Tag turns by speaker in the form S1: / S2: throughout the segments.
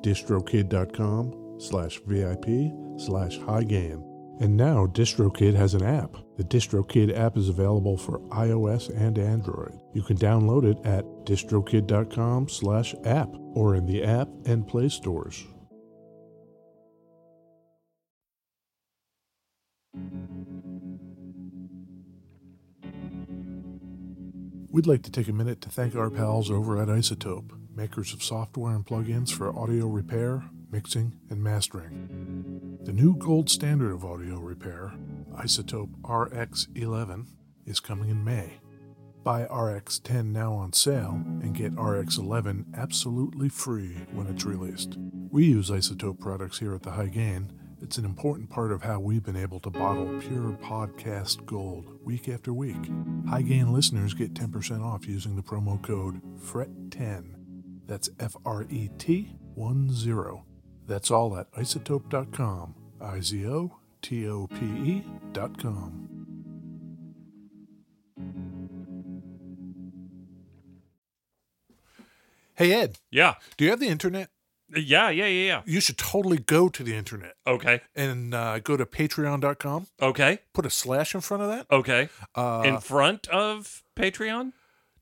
S1: distrokid.com slash VIP slash high gain. And now DistroKid has an app. The DistroKid app is available for iOS and Android. You can download it at distrokid.com slash app or in the app and play stores. We'd like to take a minute to thank our pals over at Isotope, makers of software and plugins for audio repair, mixing, and mastering. The new gold standard of audio repair, Isotope RX11, is coming in May. Buy RX10 now on sale and get RX11 absolutely free when it's released. We use Isotope products here at the High Gain. It's an important part of how we've been able to bottle pure podcast gold week after week. High Gain listeners get 10% off using the promo code FRET10. That's F R E T 1 0. That's all at isotope.com. I Z O T O P E E.com. Hey, Ed,
S2: Yeah. Uh,
S1: do you have the internet?
S2: Yeah, yeah, yeah,
S1: You should totally go to the internet
S2: yeah. Okay.
S1: and uh, go to patreon.com,
S2: Okay.
S1: put a slash in front of that.
S2: Okay.
S1: Uh,
S2: In front of Patreon?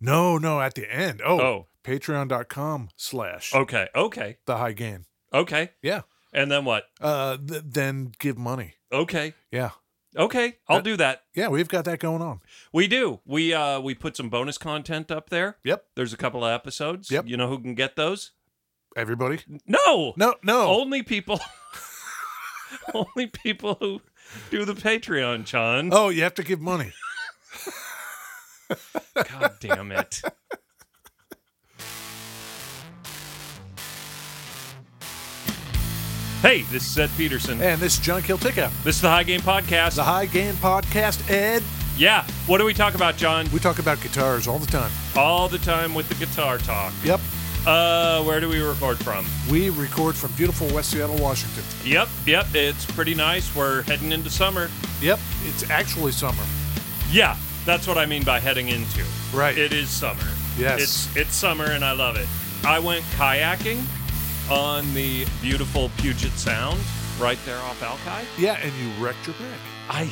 S1: no, no, at the end. Oh,
S2: Oh.
S1: patreon.com slash
S2: Okay. Okay.
S1: the high gain.
S2: Okay.
S1: Yeah.
S2: And then what?
S1: Uh, th- then give money.
S2: Okay.
S1: Yeah.
S2: Okay. I'll
S1: Uh,
S2: do that.
S1: Yeah, we've got that going on.
S2: We do. We uh we put some bonus content up there.
S1: Yep.
S2: There's a couple of episodes.
S1: Yep.
S2: You know who can get those?
S1: Everybody.
S2: No.
S1: No, no.
S2: Only people Only people who do the Patreon, John.
S1: Oh, you have to give money.
S2: God damn it. Hey, this is Ed Peterson.
S1: And this is John Kiltica,
S2: This is the High Game Podcast.
S1: the High Gain Podcast. Ed,
S2: yeah. What do we talk about, John?
S1: we talk about guitars all the time.
S2: All the time with the guitar talk.
S1: Yep.
S2: Uh, where do we record from?
S1: We record from beautiful West Seattle, Washington.
S2: Yep, yep. It's pretty nice. We're heading into summer.
S1: Yep. It's actually summer.
S2: Yeah, that's what I mean by heading into.
S1: Right.
S2: It is summer.
S1: Yes.
S2: It's it's summer and I love it. I went kayaking on the beautiful Puget Sound right there off Alki.
S1: Yeah, and you wrecked your back.
S2: I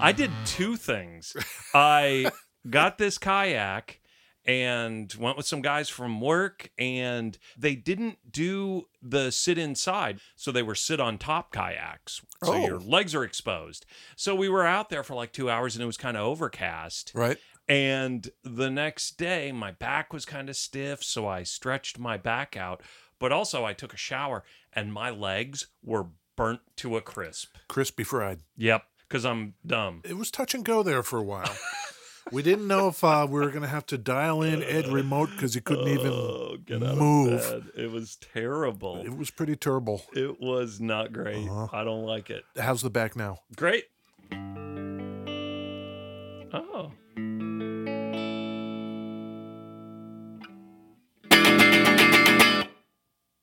S2: I did two things. I got this kayak and went with some guys from work and they didn't do the sit inside so they were sit on top kayaks so
S1: Oh.
S2: your legs are exposed so we were out there for like two hours and it was kind of overcast
S1: Right.
S2: and the next day, my back was kind of stiff, so I stretched my back out. But also, I took a shower and my legs were burnt to a crisp.
S1: Crispy fried.
S2: Yep, because I'm dumb.
S1: It was touch and go there for a while. we didn't know if uh, we were going to have to dial in Ed remote because he couldn't even.
S2: Oh, get out
S1: move.
S2: of bed. It was terrible.
S1: It was pretty terrible.
S2: It was not great.
S1: Uh-huh.
S2: I don't like it.
S1: How's the back now?
S2: Great. Oh.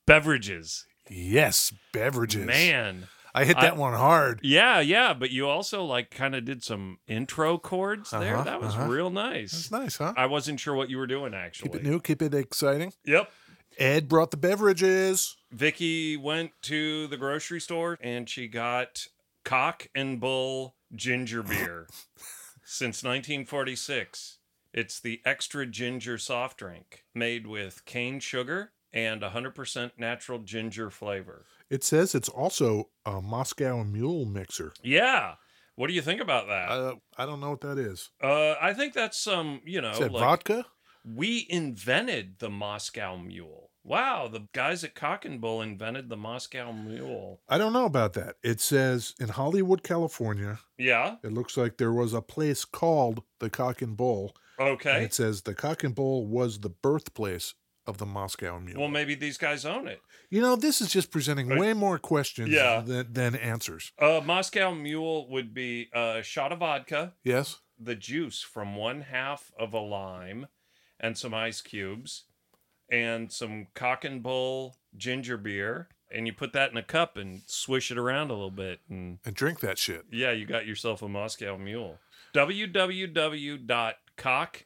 S2: Beverages.
S1: Yes, beverages.
S2: Man.
S1: I hit that
S2: I-
S1: one hard.
S2: Yeah, yeah, but you also like kind of did some intro chords there.
S1: Uh-huh,
S2: That was
S1: uh-huh.
S2: real
S1: That's
S2: nice.
S1: nice, huh?
S2: I wasn't sure what you were doing actually.
S1: Keep it new, keep it exciting.
S2: Yep.
S1: Ed brought the beverages.
S2: Vicky went to the grocery store and she got cock and bull ginger beer since 1946. It's the extra ginger soft drink made with cane sugar and 100% natural ginger flavor.
S1: It says it's also a Moscow Mule mixer.
S2: Yeah. What do you think about that?
S1: Uh, I don't know what that is. Oh,
S2: Uh, I think that's some, you know,
S1: Is that
S2: like-
S1: vodka?
S2: we invented the Moscow Mule. Wow, the guys at Cock and Bull invented the Moscow Mule.
S1: I don't know about that. It says in Hollywood, California,
S2: Yeah.
S1: it looks like there was a place called the Cock and Bull. And
S2: Okay.
S1: it says the Cock and Bull was the birthplace of the Moscow Mule.
S2: Well, maybe these guys own it.
S1: you know, this is just presenting way more questions
S2: Yeah.
S1: than, than answers.
S2: Uh, Moscow Mule would be a shot of vodka,
S1: Yes?
S2: the juice from one half of a lime, and some ice cubes, and some cock and bull ginger beer. And you put that in a cup and swish it around a little bit. And
S1: And drink that shit.
S2: yeah, you got yourself a Moscow Mule. www.cock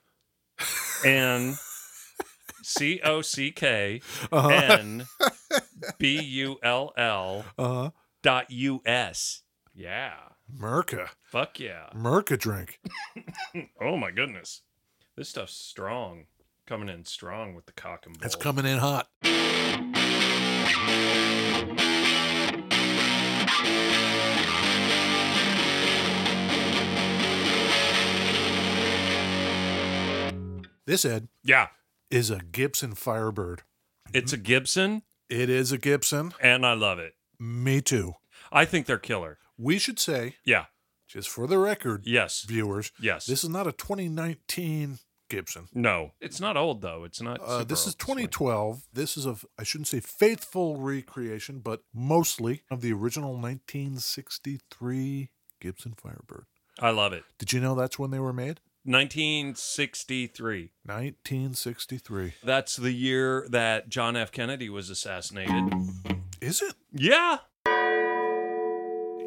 S2: and C O C K
S1: Uh-huh.
S2: N B U L L
S1: Uh-huh.
S2: dot us. Yeah.
S1: Merca.
S2: Fuck yeah.
S1: Merca drink.
S2: Oh my goodness. This stuff's strong. Coming in strong with the cock and bull.
S1: That's coming in hot. This, Ed,
S2: yeah.
S1: is a Gibson Firebird.
S2: It's a
S1: Mm-hmm.
S2: Gibson
S1: It is a Gibson.
S2: and I love it.
S1: Me too.
S2: I think they're killer.
S1: We should say,
S2: Yeah.
S1: just for the record,
S2: Yes.
S1: viewers,
S2: Yes.
S1: this is not a 2019 Gibson.
S2: no. It's not old though. It's not
S1: Uh,
S2: super
S1: this is
S2: old. It's like-
S1: 2012. This is a, I shouldn't say faithful recreation, but mostly of the original 1963 Gibson Firebird.
S2: I love it.
S1: Did you know that's when they were made?
S2: 1963.
S1: 1963.
S2: That's the year that John F. Kennedy was assassinated.
S1: Is it?
S2: Yeah.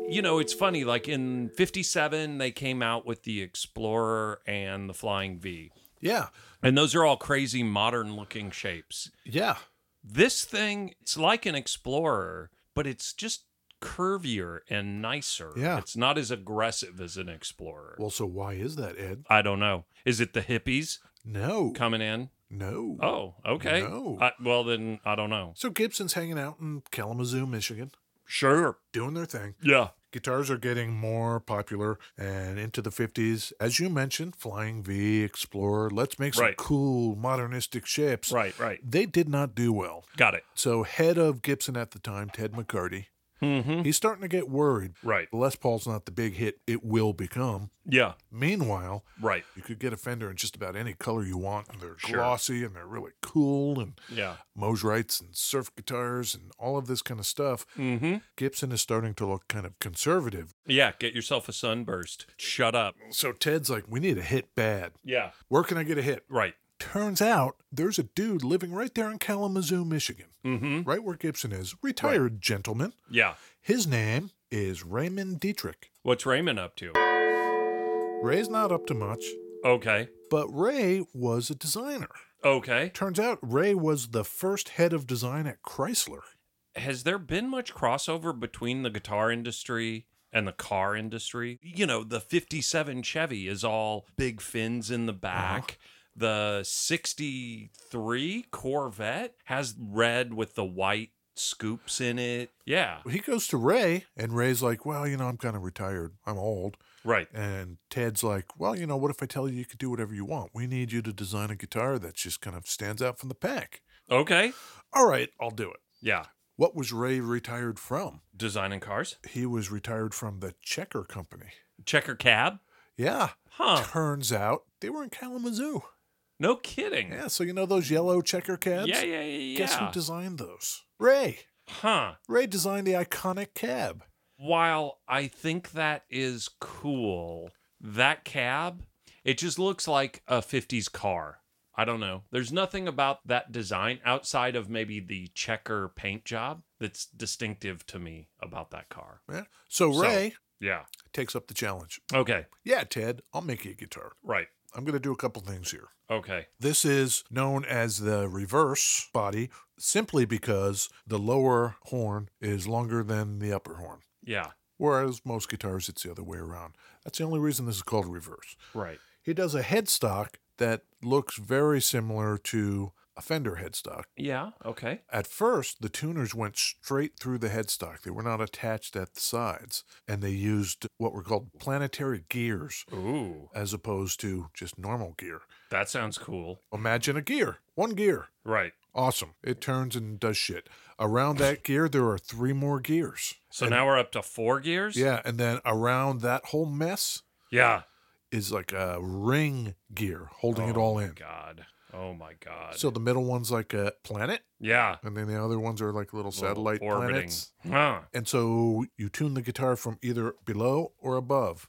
S2: You know, it's funny. Like in 57, they came out with the Explorer and the Flying V.
S1: Yeah.
S2: And those are all crazy modern looking shapes.
S1: Yeah.
S2: This thing, it's like an Explorer, but it's just curvier and nicer.
S1: Yeah.
S2: It's not as aggressive as an Explorer.
S1: Well, so why is that, Ed?
S2: I don't know. Is it the hippies
S1: No.
S2: coming in?
S1: No.
S2: Oh, okay.
S1: No.
S2: I, well, then I don't know.
S1: So Gibson's hanging out in Kalamazoo, Michigan,
S2: Sure.
S1: doing their thing.
S2: Yeah.
S1: Guitars are getting more popular and into the 50s. As you mentioned, Flying V, Explorer, let's make some
S2: Right.
S1: cool modernistic shapes.
S2: Right, right.
S1: They did not do well.
S2: Got it.
S1: So, head of Gibson at the time, Ted McCarty,
S2: Mm-hmm.
S1: he's starting to get worried.
S2: Right.
S1: Les Paul's not the big hit it will become.
S2: Yeah.
S1: Meanwhile,
S2: Right.
S1: you could get a Fender in just about any color you want, and they're
S2: Sure.
S1: glossy and they're really cool, and
S2: Yeah.
S1: Moserites and surf guitars and all of this kind of stuff.
S2: Mm-hmm.
S1: Gibson is starting to look kind of conservative.
S2: Yeah. Get yourself a sunburst. Shut up.
S1: So Ted's like, we need a hit bad.
S2: Yeah.
S1: Where can I get a hit?
S2: Right.
S1: Turns out there's a dude living right there in Kalamazoo, Michigan,
S2: Mm-hmm.
S1: right where Gibson is, retired gentleman.
S2: Yeah.
S1: His name is Raymond Dietrich.
S2: What's Raymond up to?
S1: Ray's not up to much,
S2: Okay.
S1: but Ray was a designer.
S2: Okay.
S1: Turns out Ray was the first head of design at Chrysler.
S2: Has there been much crossover between the guitar industry and the car industry? You know, the 57 Chevy is all big fins in
S1: Uh-huh.
S2: the back. The 63 Corvette has red with the white scoops in it. Yeah.
S1: He goes to Ray, and Ray's like, Well, you know, I'm kind of retired. I'm old.
S2: Right.
S1: And Ted's like, Well, you know, what if I tell you you could do whatever you want? We need you to design a guitar that just kind of stands out from the pack.
S2: Okay.
S1: All right, I'll do it.
S2: Yeah.
S1: What was Ray retired from?
S2: Designing cars.
S1: He was retired from the Checker Company.
S2: Checker cab.
S1: Yeah.
S2: Huh. Hmm.
S1: Turns out they were in Kalamazoo.
S2: No kidding.
S1: Yeah, so you know those yellow checker cabs?
S2: Yeah, yeah, yeah.
S1: Guess who
S2: yeah.
S1: designed those? Ray.
S2: huh.
S1: Ray designed the iconic cab.
S2: While I think that is cool, that cab, it just looks like a 50s car. I don't know. There's nothing about that design outside of maybe the checker paint job that's distinctive to me about that car.
S1: Yeah. So
S2: So-
S1: Ray
S2: Yeah.
S1: takes up the challenge.
S2: Okay.
S1: Yeah, Ted, I'll make you a guitar.
S2: Right.
S1: I'm going to do a couple things here.
S2: Okay.
S1: This is known as the reverse body simply because the lower horn is longer than the upper horn.
S2: Yeah.
S1: Whereas most guitars, it's the other way around. That's the only reason this is called reverse.
S2: Right.
S1: He does a headstock that looks very similar to a Fender headstock.
S2: Yeah. Okay.
S1: At first, the tuners went straight through the headstock. They were not attached at the sides, and they used what were called planetary gears
S2: Ooh.
S1: as opposed to just normal gear.
S2: That sounds cool.
S1: Imagine a gear, one gear.
S2: Right.
S1: Awesome. It turns and does shit. Around that gear, there are three more gears.
S2: So now we're up to four gears?
S1: Yeah, and then around that whole mess
S2: Yeah.
S1: is like a ring gear holding it
S2: Oh
S1: all
S2: my
S1: in.
S2: God. Oh my god.
S1: So the middle one's like a planet,
S2: yeah.
S1: and then the other ones are like little
S2: Little
S1: satellite
S2: orbiting.
S1: planets.
S2: Huh.
S1: And so you tune the guitar from either below or above.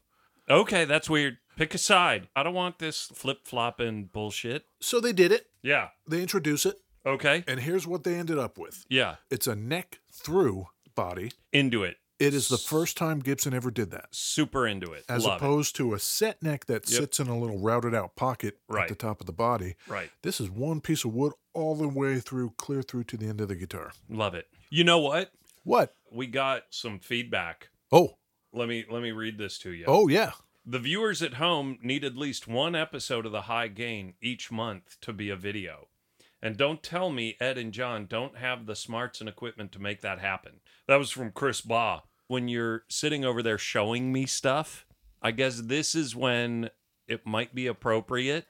S2: Okay, that's weird. Pick a side. I don't want this flip flopping bullshit.
S1: So they did it.
S2: Yeah.
S1: They introduce it,
S2: Okay.
S1: and here's what they ended up with.
S2: Yeah.
S1: It's a neck through body.
S2: Into it.
S1: It is the first time Gibson ever did that,
S2: Super into it.
S1: as
S2: Love
S1: opposed to a set neck that
S2: Yep.
S1: sits in a little routed out pocket
S2: Right.
S1: at the top of the body.
S2: it. Right.
S1: This is one piece of wood all the way through, clear through to the end of the guitar.
S2: Love it. You know what?
S1: What?
S2: We got some feedback.
S1: Oh,
S2: Let me let me read this to you.
S1: oh yeah.
S2: The viewers at home need at least one episode of the high gain each month to be a video. And don't tell me Ed and John don't have the smarts and equipment to make that happen. That was from Chris Baugh. When you're sitting over there showing me stuff, I guess this is when it might be appropriate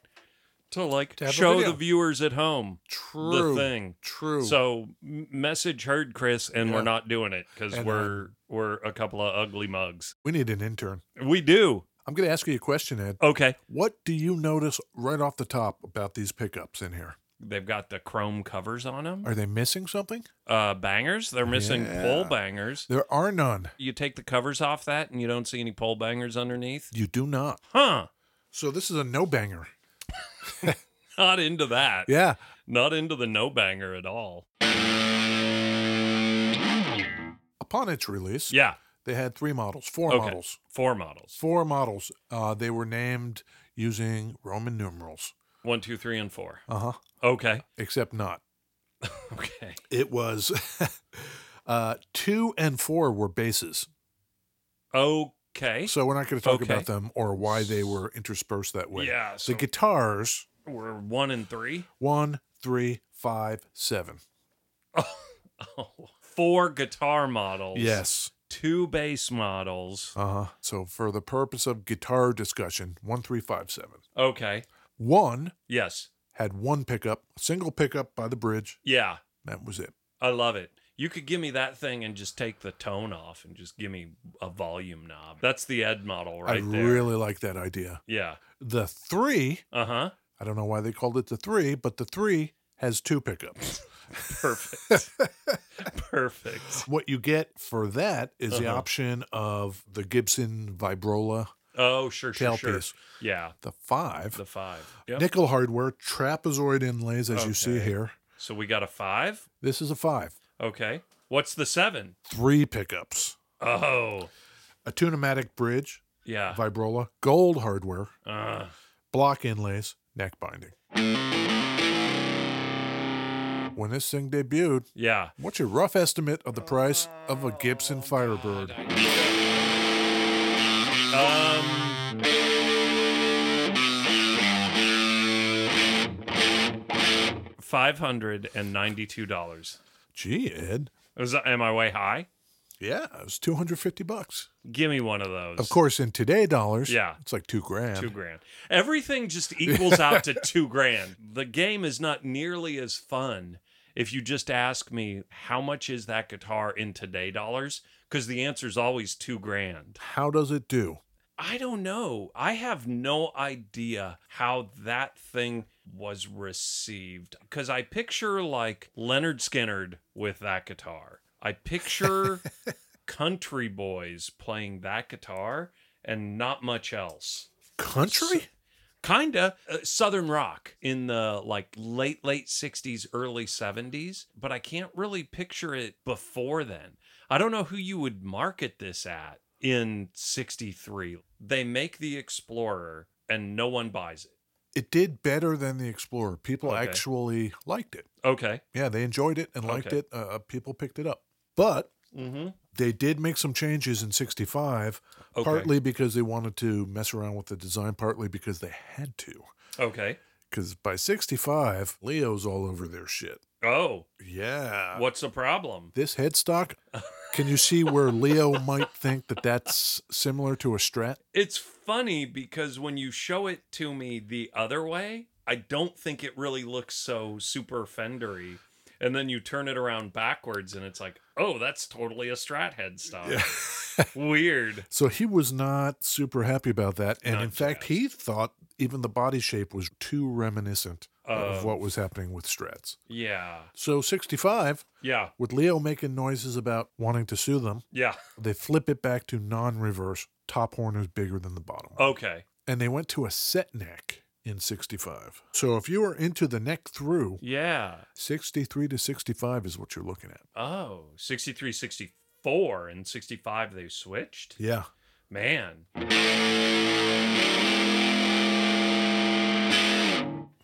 S2: to like
S1: To have a
S2: show
S1: video.
S2: the viewers at home
S1: True.
S2: the thing.
S1: True.
S2: So m- message heard Chris and we're
S1: Yeah.
S2: not doing it cuz
S1: And, uh,
S2: we're we're a couple of ugly mugs.
S1: we need an intern.
S2: We do.
S1: I'm going to ask you a question, Ed.
S2: Okay.
S1: What do you notice right off the top about these pickups in here?
S2: they've got the chrome covers on them.
S1: Are they missing something?
S2: Uh, bangers, they're missing
S1: Yeah.
S2: pole bangers.
S1: There are none.
S2: You take the covers off that and you don't see any pole bangers underneath.
S1: You do not.
S2: Huh.
S1: So this is a no banger.
S2: Not into that.
S1: Yeah.
S2: Not into the no banger at all.
S1: Upon its release,
S2: Yeah.
S1: they had three models, four
S2: Okay.
S1: models,
S2: Four models.
S1: four models. Uh, they were named using Roman numerals.
S2: One, two, three, and four.
S1: Uh huh.
S2: Okay.
S1: Except not.
S2: Okay.
S1: It was uh, two and four were bases.
S2: Okay.
S1: So we're not going to talk
S2: Eh. Okay.
S1: about them or why they were interspersed that way.
S2: Yeah. So
S1: the guitars
S2: we're one and three.
S1: one, three, five, seven.
S2: Oh, four guitar models.
S1: Yes.
S2: Two bass models.
S1: Uh huh. So for the purpose of guitar discussion, one, three, five, seven.
S2: Okay.
S1: One
S2: Yes.
S1: had one pickup, single pickup by the bridge.
S2: Yeah.
S1: That was it.
S2: I love it. You could give me that thing and just take the tone off and just give me a volume knob. That's the Ed model right
S1: I
S2: there.
S1: really like that idea.
S2: yeah.
S1: The three,
S2: Uh huh.
S1: I don't know why they called it the three, but the three has two pickups.
S2: Perfect. Perfect.
S1: what you get for that is the
S2: Uh-huh.
S1: option of the Gibson Vibrola
S2: Oh, sure, sure, sure.
S1: tailpiece.
S2: Yeah.
S1: The five,
S2: The five. Yep.
S1: nickel hardware, trapezoid inlays, as you see
S2: Okay.
S1: here.
S2: so we got a five.
S1: This is a five.
S2: Okay. What's the seven?
S1: Three pickups,
S2: Oh,
S1: a tunematic bridge,
S2: yeah.
S1: Vibrola, gold hardware,
S2: Uh,
S1: block inlays, neck binding. When this thing debuted,
S2: yeah.
S1: what's your rough estimate of the price of a Gibson Firebird?
S2: Um, five hundred and ninety-two dollars.
S1: Gee, Ed.
S2: Was am I way high?
S1: Yeah, it was 250 bucks.
S2: Give me one of those.
S1: Of course, in today dollars,
S2: Yeah.
S1: it's like two grand.
S2: Two grand. Everything just equals out to two grand. The game is not nearly as fun if you just ask me how much is that guitar in today dollars, because the answer is always two grand.
S1: How does it do?
S2: I don't know. I have no idea how that thing was received because I picture like Leonard Skinnard with that guitar. I picture country boys playing that guitar and not much else.
S1: Country?
S2: Kinda uh, southern rock in the like late late 60s early 70s, but I can't really picture it before then. I don't know who you would market this at in 63. They make the Explorer and no one buys it.
S1: It did better than the Explorer. People
S2: Okay.
S1: actually liked it.
S2: Okay.
S1: Yeah, they enjoyed it and liked
S2: Okay.
S1: it. Uh, people picked it up. But
S2: Mhm.
S1: they did make some changes in 65,
S2: Okay.
S1: partly because they wanted to mess around with the design, partly because they had to.
S2: Okay.
S1: Because by 65, Leo's all over their shit.
S2: Oh,
S1: Yeah.
S2: what's the problem?
S1: This headstock, can you see where Leo might think that that's similar to a Strat?
S2: It's funny because when you show it to me the other way, I don't think it really looks so super fendery. And then you turn it around backwards and it's like, oh, that's totally a strat head stuff. Weird.
S1: So he was not super happy about that. And
S2: Not
S1: in fact,
S2: jazzed.
S1: he thought even the body shape was too reminiscent of
S2: Of-
S1: what was happening with Strats.
S2: Um, Yeah.
S1: So 65,
S2: Yeah.
S1: with Leo making noises about wanting to sue them,
S2: Yeah.
S1: they flip it back to non reverse. Top horn is bigger than the bottom.
S2: Okay.
S1: And they went to a set neck in 65. So if you are into the neck through,
S2: Yeah.
S1: 63 to 65 is what you're looking at.
S2: Oh, 63, 64, and 65 they switched?
S1: Yeah.
S2: Man.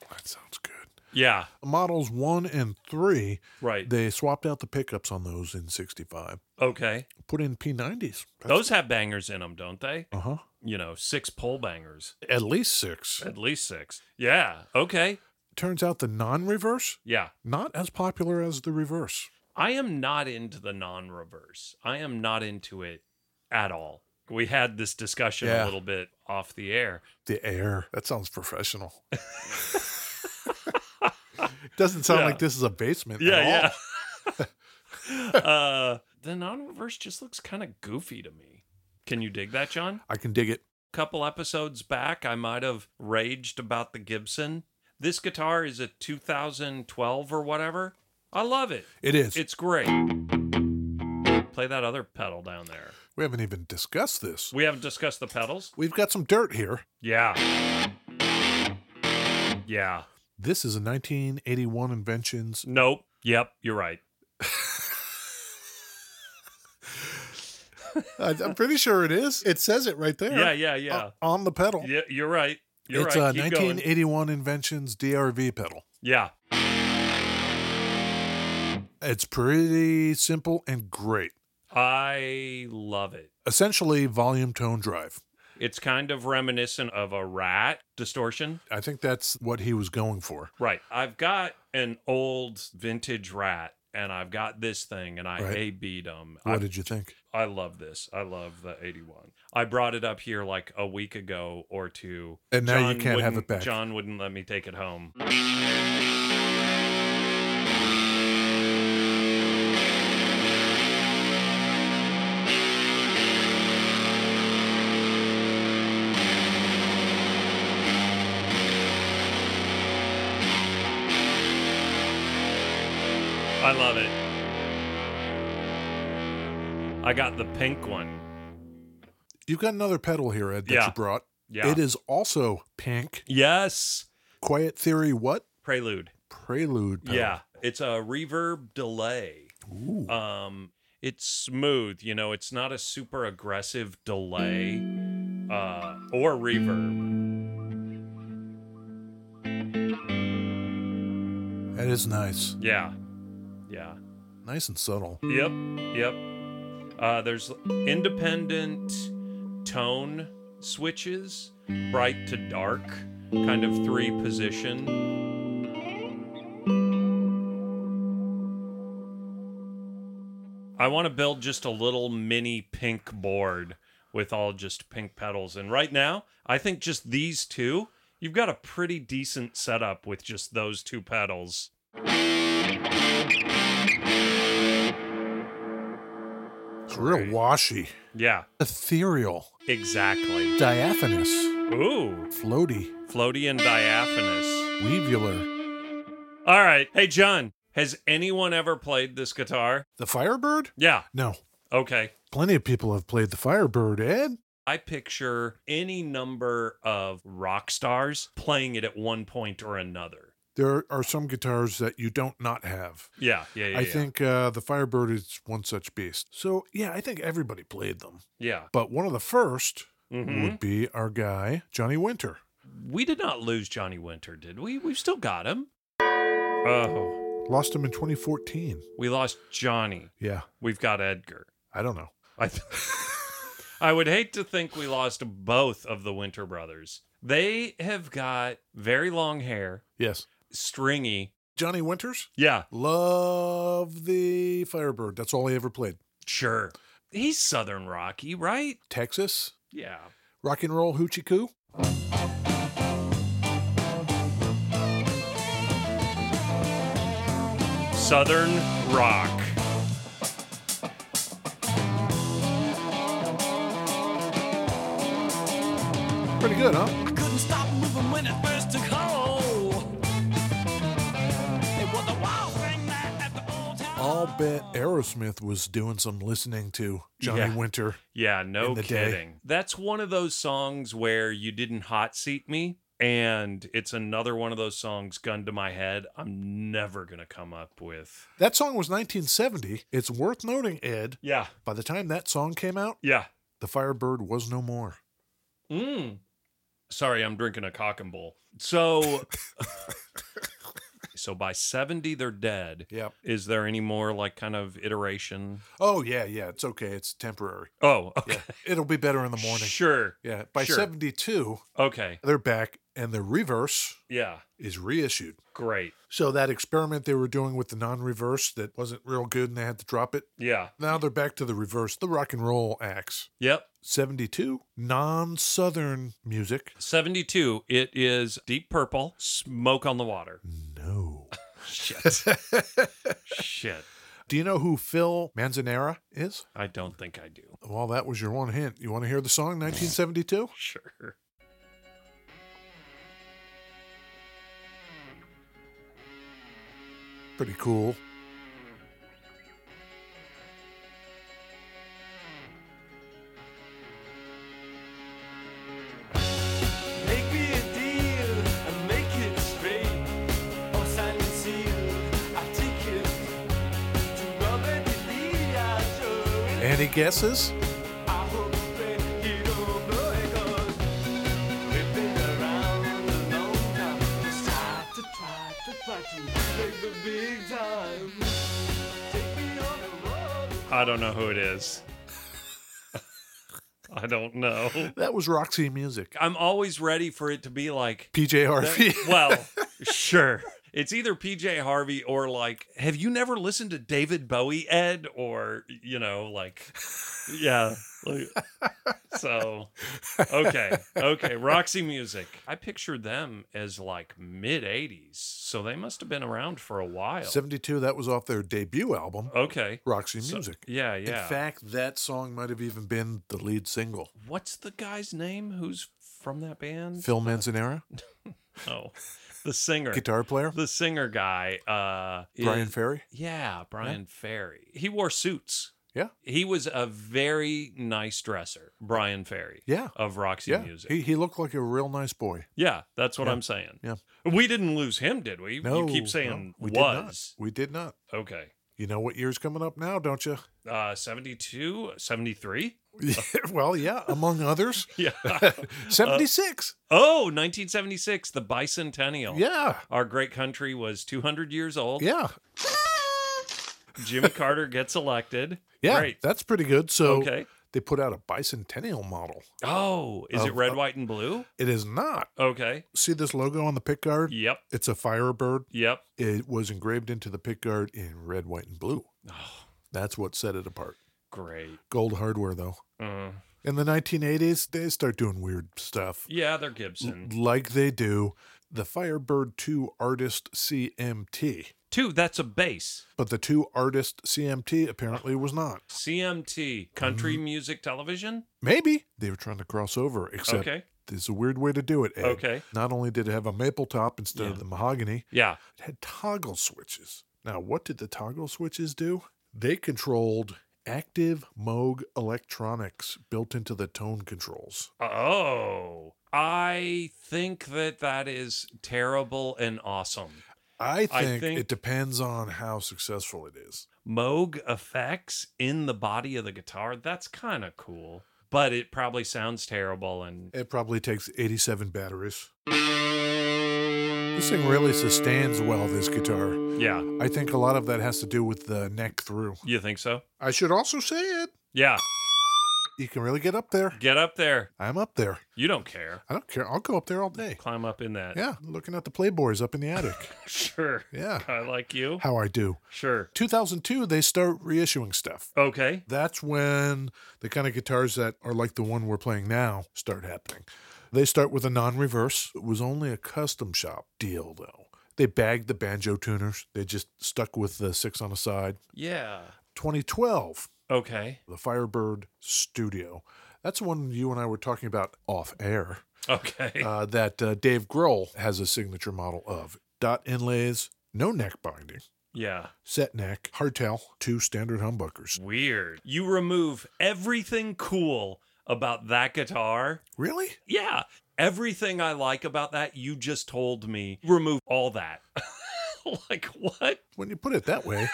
S1: That sounds good.
S2: Yeah.
S1: Models one and three,
S2: Right.
S1: they swapped out the pickups on those in 65,
S2: Okay.
S1: put in P90s.
S2: Those have bangers in them, don't they?
S1: Uh huh.
S2: You know, six pole bangers,
S1: At least six.
S2: at least six. Yeah. Okay.
S1: Turns out the non reverse,
S2: Yeah.
S1: not as popular as the reverse.
S2: I am not into the non reverse. I am not into it at all. We had this discussion
S1: Yeah.
S2: a little bit off the air.
S1: The air. That sounds professional. Doesn't sound
S2: Yeah.
S1: like this is a basement. at all.
S2: Yeah. Yeah. uh, the non reverse just looks kind of goofy to me. Can you dig that, John?
S1: I can dig it.
S2: couple episodes back, I might have raged about the Gibson. This guitar is a 2012 or whatever. I love it.
S1: It is.
S2: It's great. Play that other pedal down there.
S1: we haven't even discussed this.
S2: We haven't discussed the pedals.
S1: We've got some dirt here.
S2: Yeah. Yeah.
S1: This is a 1981 inventions.
S2: Nope. Yep. You're right.
S1: I- I'm pretty sure it is. It says it right there.
S2: Yeah. Yeah. Yeah.
S1: o- on the pedal.
S2: yeah. You're right. You're
S1: it's uh,
S2: right.
S1: a
S2: Keep going.
S1: 1981 inventions DRV pedal.
S2: Yeah.
S1: It's pretty simple and great.
S2: I love it.
S1: Essentially, volume tone drive.
S2: It's kind of reminiscent of a rat distortion.
S1: I think that's what he was going for.
S2: Right. I've got an old vintage rat and I've got this thing and I
S1: Right.
S2: A beat them.
S1: What
S2: I,
S1: did you think?
S2: I love this. I love the 81. I brought it up here like a week ago or two.
S1: And now you can't have
S2: wouldn't-
S1: it back.
S2: John wouldn't let me take it home. I love it. I got the pink one.
S1: You've got another pedal here, Ed, that
S2: Yeah.
S1: you brought.
S2: Yeah.
S1: It is also pink.
S2: yes.
S1: Quiet Theory, what?
S2: Prelude.
S1: Prelude pedal.
S2: Yeah, it's a reverb delay.
S1: Ooh.
S2: Um, it's smooth. You know, it's not a super aggressive delay uh, or reverb.
S1: that is nice.
S2: Yeah, yeah.
S1: Nice and subtle.
S2: Yep, yep. Uh, there's independent tone switches, bright to dark, kind of three position. I want to build just a little mini pink board with all just pink pedals. And right now, I think just these two, you've got a pretty decent setup with just those two pedals.
S1: It's real washy,
S2: Yeah,
S1: ethereal,
S2: exactly.
S1: diaphanous,
S2: Ooh.
S1: floaty,
S2: floaty and diaphanous.
S1: weavular.
S2: All right. Hey, John, has anyone ever played this guitar?
S1: The Firebird?
S2: Yeah.
S1: No.
S2: Okay.
S1: Plenty of people have played the Firebird, Ed.
S2: I picture any number of rock stars playing it at one point or another.
S1: There are some guitars that you don't not have.
S2: Yeah. Yeah. Yeah.
S1: I
S2: yeah.
S1: think uh, the Firebird is one such beast. So, yeah, I think everybody played them.
S2: Yeah.
S1: But one of the 1st
S2: Mhm.
S1: would be our guy, Johnny Winter.
S2: We did not lose Johnny Winter, did we? We've still got him. Oh,
S1: Lost him in 2014.
S2: we lost Johnny.
S1: Yeah,
S2: We've got Edgar.
S1: I don't know.
S2: I, th- I would hate to think we lost both of the Winter brothers. They have got very long hair,
S1: Yes.
S2: stringy.
S1: Johnny Winters,
S2: Yeah,
S1: love the Firebird. That's all he ever played.
S2: sure. He's Southern Rocky, right?
S1: Texas,
S2: Yeah.
S1: rock and roll hoochie coo.
S2: Southern Rock.
S1: pretty good, huh?
S3: I couldn't stop moving when it first took hold. It was the wild thing that at the old town.
S1: I'll bet Aerosmith was doing some listening to Johnny
S2: Yeah.
S1: Winter.
S2: Yeah, no
S1: in the day.
S2: kidding. That's one of those songs where you didn't hot seat me, and it's another one of those songs gunned to my head. I'm never gonna come up with.
S1: That song was 1970. It's worth noting, Ed,
S2: Yeah,
S1: by the time that song came out,
S2: yeah.
S1: the Firebird was no more.
S2: Mm. Sorry, I'm drinking a cock and bull. So, so by 70, they're dead.
S1: Yep.
S2: Is there any more like kind of iteration?
S1: Oh, yeah, yeah. It's okay. It's temporary.
S2: Oh, okay.
S1: Yeah. It'll be better in the morning.
S2: Sure.
S1: Yeah. By
S2: Sure.
S1: 72,
S2: Okay.
S1: they're back and the reverse
S2: Yeah.
S1: is reissued.
S2: Great.
S1: So that experiment they were doing with the non-reverse that wasn't real good and they had to drop it.
S2: Yeah.
S1: Now they're back to the reverse, the rock and roll acts.
S2: Yep.
S1: 72 non-southern music.
S2: 72. It is Deep Purple, Smoke on the Water.
S4: No.
S2: Shit. Shit.
S1: Do you know who Phil Manzanera is?
S2: I don't think I do.
S1: Well, that was your one hint. You want to hear the song 1972?
S2: Sure.
S1: Pretty cool.
S3: Make me a deal and make it straight. Or sign and seal a ticket to Robert Lee.
S1: Any guesses?
S3: I hope that he don't blow it 'cause we've been around a long time. It's time to try to try to make the big time. Take me on the road.
S2: I don't know who it is. I don't know.
S1: That was Roxy Music.
S2: I'm always ready for it to be like,
S1: PJ Harvey.
S2: well, sure. It's either PJ Harvey or like, have you never listened to David Bowie, Ed? Or, you know, like, yeah. like- so, okay. Okay. Roxy Music. I pictured them as like mid 80s. So they must have been around for a while.
S1: 72, that was off their debut album,
S2: Okay.
S1: Roxy
S2: So-
S1: Music.
S2: yeah.
S1: In
S2: Yeah.
S1: fact, that song might have even been the lead single.
S2: What's the guy's name who's from that band?
S1: Phil Manzanera,
S2: Oh, the singer.
S1: guitar player,
S2: The singer guy. Uh,
S1: Brian
S2: is-
S1: Ferry.
S2: Yeah, Brian Ferry. He wore suits.
S1: Yeah.
S2: He was a very nice dresser, Brian Ferry.
S1: Yeah.
S2: Of Roxy
S1: Yeah,
S2: Music.
S1: he, he looked like a real nice boy.
S2: yeah, that's what
S1: Yeah.
S2: I'm saying.
S1: Yeah.
S2: We didn't lose him, did we?
S1: No,
S2: You keep
S1: no,
S2: saying
S1: we
S2: was.
S1: Did not. We did not.
S2: Okay.
S1: You know what year's coming up now, don't you?
S2: Uh 72, 73?
S1: well, yeah, among others,
S2: Yeah. Uh,
S1: 76.
S2: oh, 1976, the bicentennial.
S1: yeah,
S2: Our great country was 200 years old.
S1: yeah,
S2: Jimmy Carter gets elected.
S1: yeah.
S2: Great.
S1: That's pretty good. So
S2: Okay.
S1: they put out a bicentennial model.
S2: Oh, is it
S1: Of-
S2: red, white, and blue?
S1: It is not.
S2: Okay.
S1: See this logo on the pick guard?
S2: Yep.
S1: It's a Firebird.
S2: Yep.
S1: It was engraved into the pick guard in red, white, and blue.
S2: Oh,
S1: That's what set it apart.
S2: great.
S1: Gold hardware, though.
S2: Uh,
S1: In the 1980s, they start doing weird stuff.
S2: yeah, they're
S1: L-
S2: Gibson.
S1: Like they do the Firebird 2 Artist CMT.
S2: Two, that's a bass.
S1: But the 2 Artist CMT apparently was not.
S2: CMT, Country
S1: Mm-hmm.
S2: Music Television.
S1: Maybe they were trying to cross over, except
S2: Okay.
S1: there's a weird way to do it. Ed.
S2: Okay.
S1: Not only did it have a maple top instead
S2: Yeah.
S1: of the mahogany,
S2: Yeah.
S1: it had toggle switches. Now, what did the toggle switches do? They controlled active Moog electronics built into the tone controls.
S2: Oh, I think that that is terrible and awesome.
S1: I think,
S2: I think-
S1: it depends on how successful it is.
S2: Moog effects in the body of the guitar. That's kind of cool, but it probably sounds terrible. And
S1: It probably takes 87 batteries. This thing really sustains well, this guitar.
S2: yeah,
S1: I think a lot of that has to do with the neck through.
S2: you think so?
S1: I should also say it.
S2: Yeah.
S1: You can really get up there.
S2: Get up there.
S1: I'm up there.
S2: You don't care.
S1: I don't care. I'll go up there all day.
S2: Climb up in that.
S1: Yeah, looking at the Playboys up in the attic.
S2: Sure.
S1: Yeah,
S2: I like you.
S1: how I do.
S2: Sure.
S1: 2002, they start reissuing stuff.
S2: Okay.
S1: That's when the kind of guitars that are like the one we're playing now start happening. They start with a non reverse. It was only a custom shop deal, though. They bagged the banjo tuners, they just stuck with the six on the side.
S2: Yeah.
S1: 2012,
S2: Okay.
S1: the Firebird Studio. That's the one you and I were talking about off air.
S2: Okay.
S1: uh, that uh, Dave Grohl has a signature model of. Dot inlays, no neck binding,
S2: yeah.
S1: set neck, hardtail, two standard humbuckers.
S2: Weird. You remove everything cool about that guitar.
S1: Really?
S2: Yeah. Everything I like about that, you just told me. Remove all that. like, what?
S1: When you put it that way,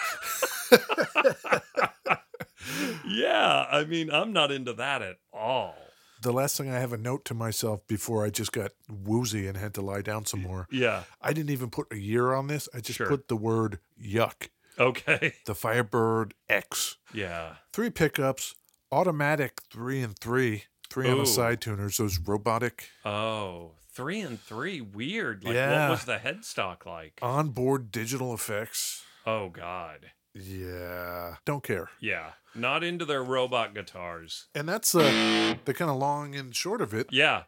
S2: Yeah. I mean, I'm not into that at all.
S1: the last thing I have a note to myself before I just got woozy and had to lie down some more.
S2: Yeah.
S1: I didn't even put a year on this. I just
S2: Sure.
S1: put the word yuck.
S2: Okay.
S1: The Firebird X.
S2: Yeah.
S1: Three pickups, automatic three and three, three on
S2: Ooh.
S1: the side tuners, those robotic
S2: Oh, three and three. Weird. Like,
S1: Yeah. Uh,
S2: what was the headstock like?
S1: onboard digital effects.
S2: oh, God.
S1: Yeah. Don't care.
S2: Yeah. Not into their robot guitars.
S1: And that's uh, the kind of long and short of it.
S2: Yeah.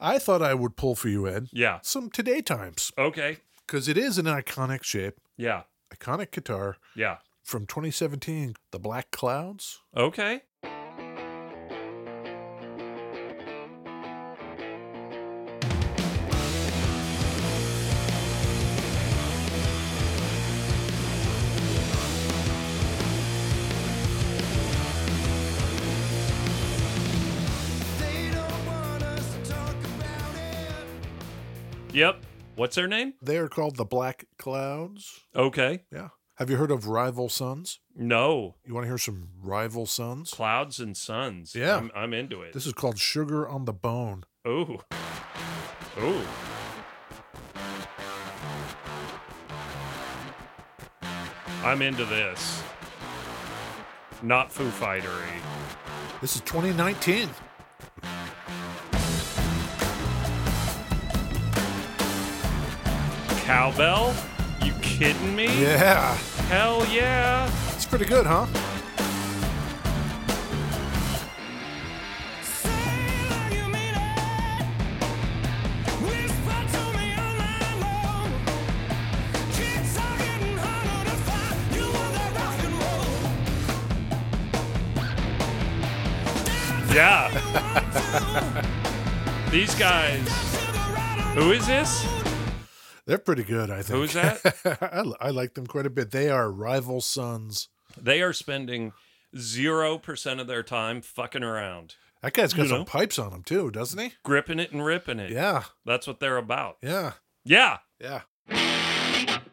S1: I thought I would pull for you, Ed,
S2: Yeah.
S1: some today times,
S2: Okay.
S1: because it is an iconic shape,
S2: Yeah.
S1: iconic guitar
S2: Yeah.
S1: from 2017, The Black Clouds.
S2: Okay.
S3: They don't want us to talk about it.
S2: Yep. What's her name?
S1: They are called The Black Clouds.
S2: Okay.
S1: Yeah. Have you heard of Rival Sons?
S2: No.
S1: You want to hear some Rival Sons?
S2: Clouds and Suns.
S1: Yeah.
S2: I'm, I'm into it.
S1: This is called Sugar on the Bone.
S2: Ooh. Ooh. I'm into this. Not Foo Fightery.
S1: This is 2019.
S2: Cowbell? You kidding me?
S1: Yeah.
S2: Hell yeah.
S1: It's pretty good, huh?
S3: "Oh,
S2: Yeah. These guys. Who is this?
S1: They're pretty good, I think.
S2: Who's that?
S1: I, li- I like them quite a bit. They are Rival Sons.
S2: They are spending 0% of their time fucking around,
S1: That guy's got
S2: You
S1: some
S2: know?
S1: pipes on him, too, doesn't he?
S2: gripping it and ripping it.
S1: Yeah.
S2: That's what they're about.
S1: Yeah.
S2: Yeah.
S1: Yeah.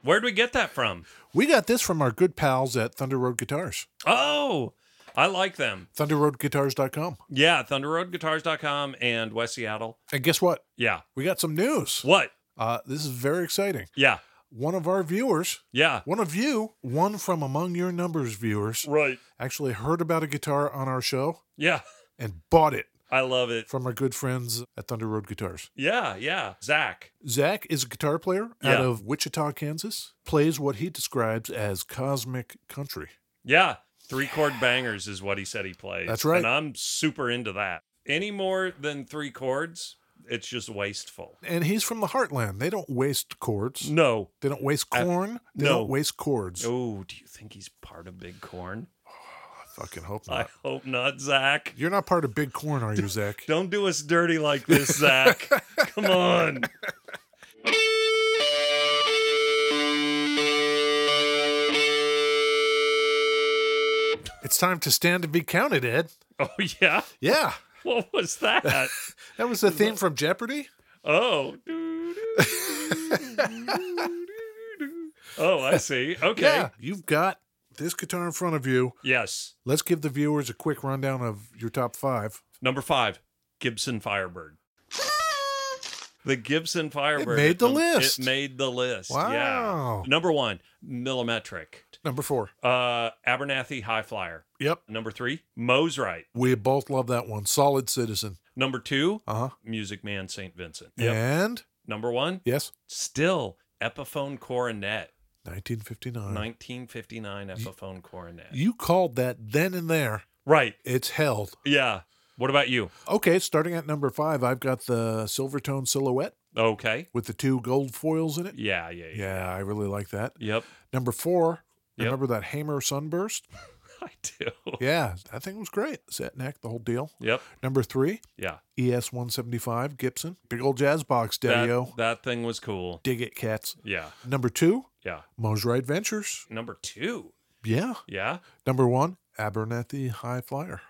S2: Where'd we get that from?
S1: We got this from our good pals at Thunder Road Guitars.
S2: Oh, I like them.
S1: ThunderRoadGuitars.com.
S2: Yeah, thunderroadguitars.com and West Seattle.
S1: And guess what?
S2: Yeah.
S1: We got some news.
S2: What?
S1: Uh, this is very exciting.
S2: Yeah.
S1: One of our viewers,
S2: Yeah.
S1: one of you, one from among your numbers viewers,
S2: Right.
S1: actually heard about a guitar on our show
S2: Yeah.
S1: and bought it
S2: I love it.
S1: from our good friends at Thunder Road Guitars.
S2: Yeah. Yeah. Zach.
S1: Zach is a guitar player out
S2: Yeah.
S1: of Wichita, Kansas, plays what he describes as cosmic country.
S2: Yeah. Three chord bangers is what he said he plays.
S1: That's right.
S2: And I'm super into that. Any more than three chords, it's just wasteful.
S1: And he's from the heartland. They don't waste chords.
S2: No.
S1: They don't waste
S2: Uh,
S1: corn. they
S2: no.
S1: don't waste chords.
S2: Oh, do you think he's part of Big Corn?
S1: I fucking hope
S2: I
S1: not.
S2: hope not, Zach.
S1: You're not part of Big Corn, are you, Zach?
S2: Don't do us dirty like this, Zach. Come on.
S1: It's time to stand and be counted, Ed.
S2: Oh, yeah.
S1: Yeah.
S2: What was that?
S1: That was the theme from Jeopardy.
S2: Oh. oh, I see. Okay.
S1: Yeah. You've got this guitar in front of you.
S2: Yes.
S1: Let's give the viewers a quick rundown of your top five.
S2: Number five, Gibson Firebird. The Gibson Firebird.
S1: made the
S2: Um,
S1: list.
S2: It made the list.
S1: Wow.
S2: Yeah. Number one, Millimetric.
S1: Number four.
S2: Uh, Abernathy High Flyer.
S1: Yep.
S2: Number three, Mosrite.
S1: We both love that one. Solid Citizen.
S2: Number two,
S1: Uh huh.
S2: Music Man St. Vincent.
S1: And
S2: Number one,
S1: yes,
S2: still Epiphone Coronet.
S1: 1959.
S2: 1959 Epiphone Coronet.
S1: You called that then and there.
S2: Right.
S1: It's held.
S2: Yeah. What about you?
S1: Okay, starting at number five, I've got the Silvertone Silhouette
S2: Okay.
S1: with the two gold foils in it.
S2: Yeah, yeah, yeah.
S1: Yeah, I really like that.
S2: Yep.
S1: Number four,
S2: Yep.
S1: remember that Hamer Sunburst?
S2: I do.
S1: Yeah, I think it was great. Set neck, the whole deal.
S2: Yep.
S1: Number three,
S2: Yeah.
S1: ES 175 Gibson. Big old jazz box,
S2: That,
S1: Daddy-O.
S2: that thing was cool.
S1: Dig it, cats.
S2: Yeah.
S1: Number two,
S2: Yeah.
S1: Mosrite Ventures.
S2: Number two.
S1: Yeah.
S2: Yeah.
S1: Number one, Abernethy High Flyer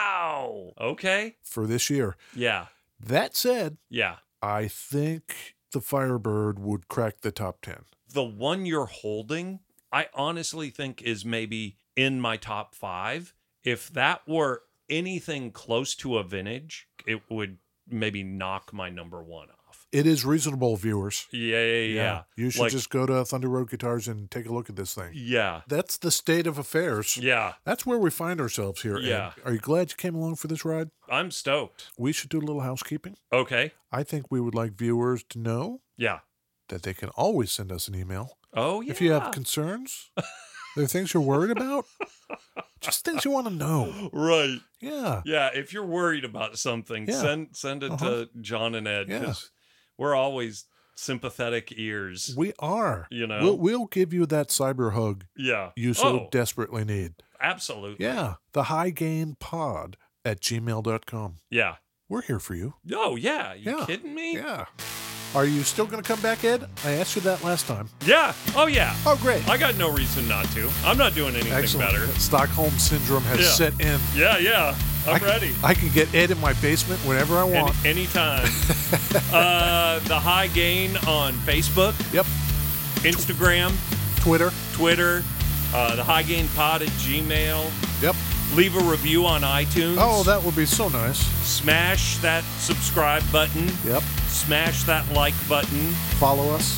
S2: Wow. Okay.
S1: for this year.
S2: Yeah.
S1: That said,
S2: Yeah.
S1: I think the Firebird would crack the top 10.
S2: The one you're holding, I honestly think is maybe in my top five. If that were anything close to a vintage, it would maybe knock my number one off.
S1: It is reasonable, viewers.
S2: Yeah. Yeah. Yeah.
S1: You should
S2: Like-
S1: just go to Thunder Road Guitars and take a look at this thing.
S2: Yeah.
S1: That's the state of affairs.
S2: Yeah.
S1: That's where we find ourselves here. Ed.
S2: Yeah.
S1: Are you glad you came along for this ride?
S2: I'm stoked.
S1: We should do a little housekeeping.
S2: Okay.
S1: I think we would like viewers to know
S2: Yeah.
S1: that they can always send us an email
S2: Oh, yeah.
S1: if you have concerns. there are things you're worried about, just things you want to know.
S2: right.
S1: Yeah.
S2: Yeah, if you're worried about something,
S1: Yeah.
S2: send send it
S1: Uh-huh.
S2: to John and Ed
S1: Yeah.
S2: because we're always sympathetic ears.
S1: We are.
S2: You know?
S1: We'll, we'll give you that cyber hug
S2: yeah,
S1: you so
S2: oh,
S1: desperately need.
S2: absolutely.
S1: Yeah. The high gain pod at gmail.com.
S2: yeah.
S1: We're here for you.
S2: Oh, yeah. You
S1: Yeah.
S2: kidding me?
S1: Yeah. Are you still going to come back, Ed? I asked you that last time.
S2: Yeah. Oh, yeah.
S1: Oh, great.
S2: I got no reason not to. I'm not doing anything
S1: Excellent.
S2: better.
S1: Stockholm syndrome has
S2: Yeah.
S1: set in.
S2: Yeah, yeah. I'm
S1: I can-
S2: ready.
S1: I can get Ed in my basement whenever I
S2: Any,
S1: want.
S2: anytime. uh, the High Gain on Facebook,
S1: yep.
S2: Instagram,
S1: Twitter.
S2: Twitter, uh, the High Gain Pod at Gmail.
S1: Yep.
S2: Leave a review on iTunes.
S1: Oh, that would be so nice.
S2: smash that subscribe button,
S1: Yep.
S2: smash that like button,
S1: Follow us.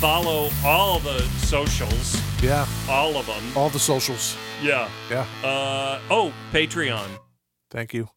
S2: follow all the socials,
S1: Yeah.
S2: all of them.
S1: All the socials.
S2: Yeah.
S1: Yeah.
S2: Uh, oh, Patreon.
S1: Thank you.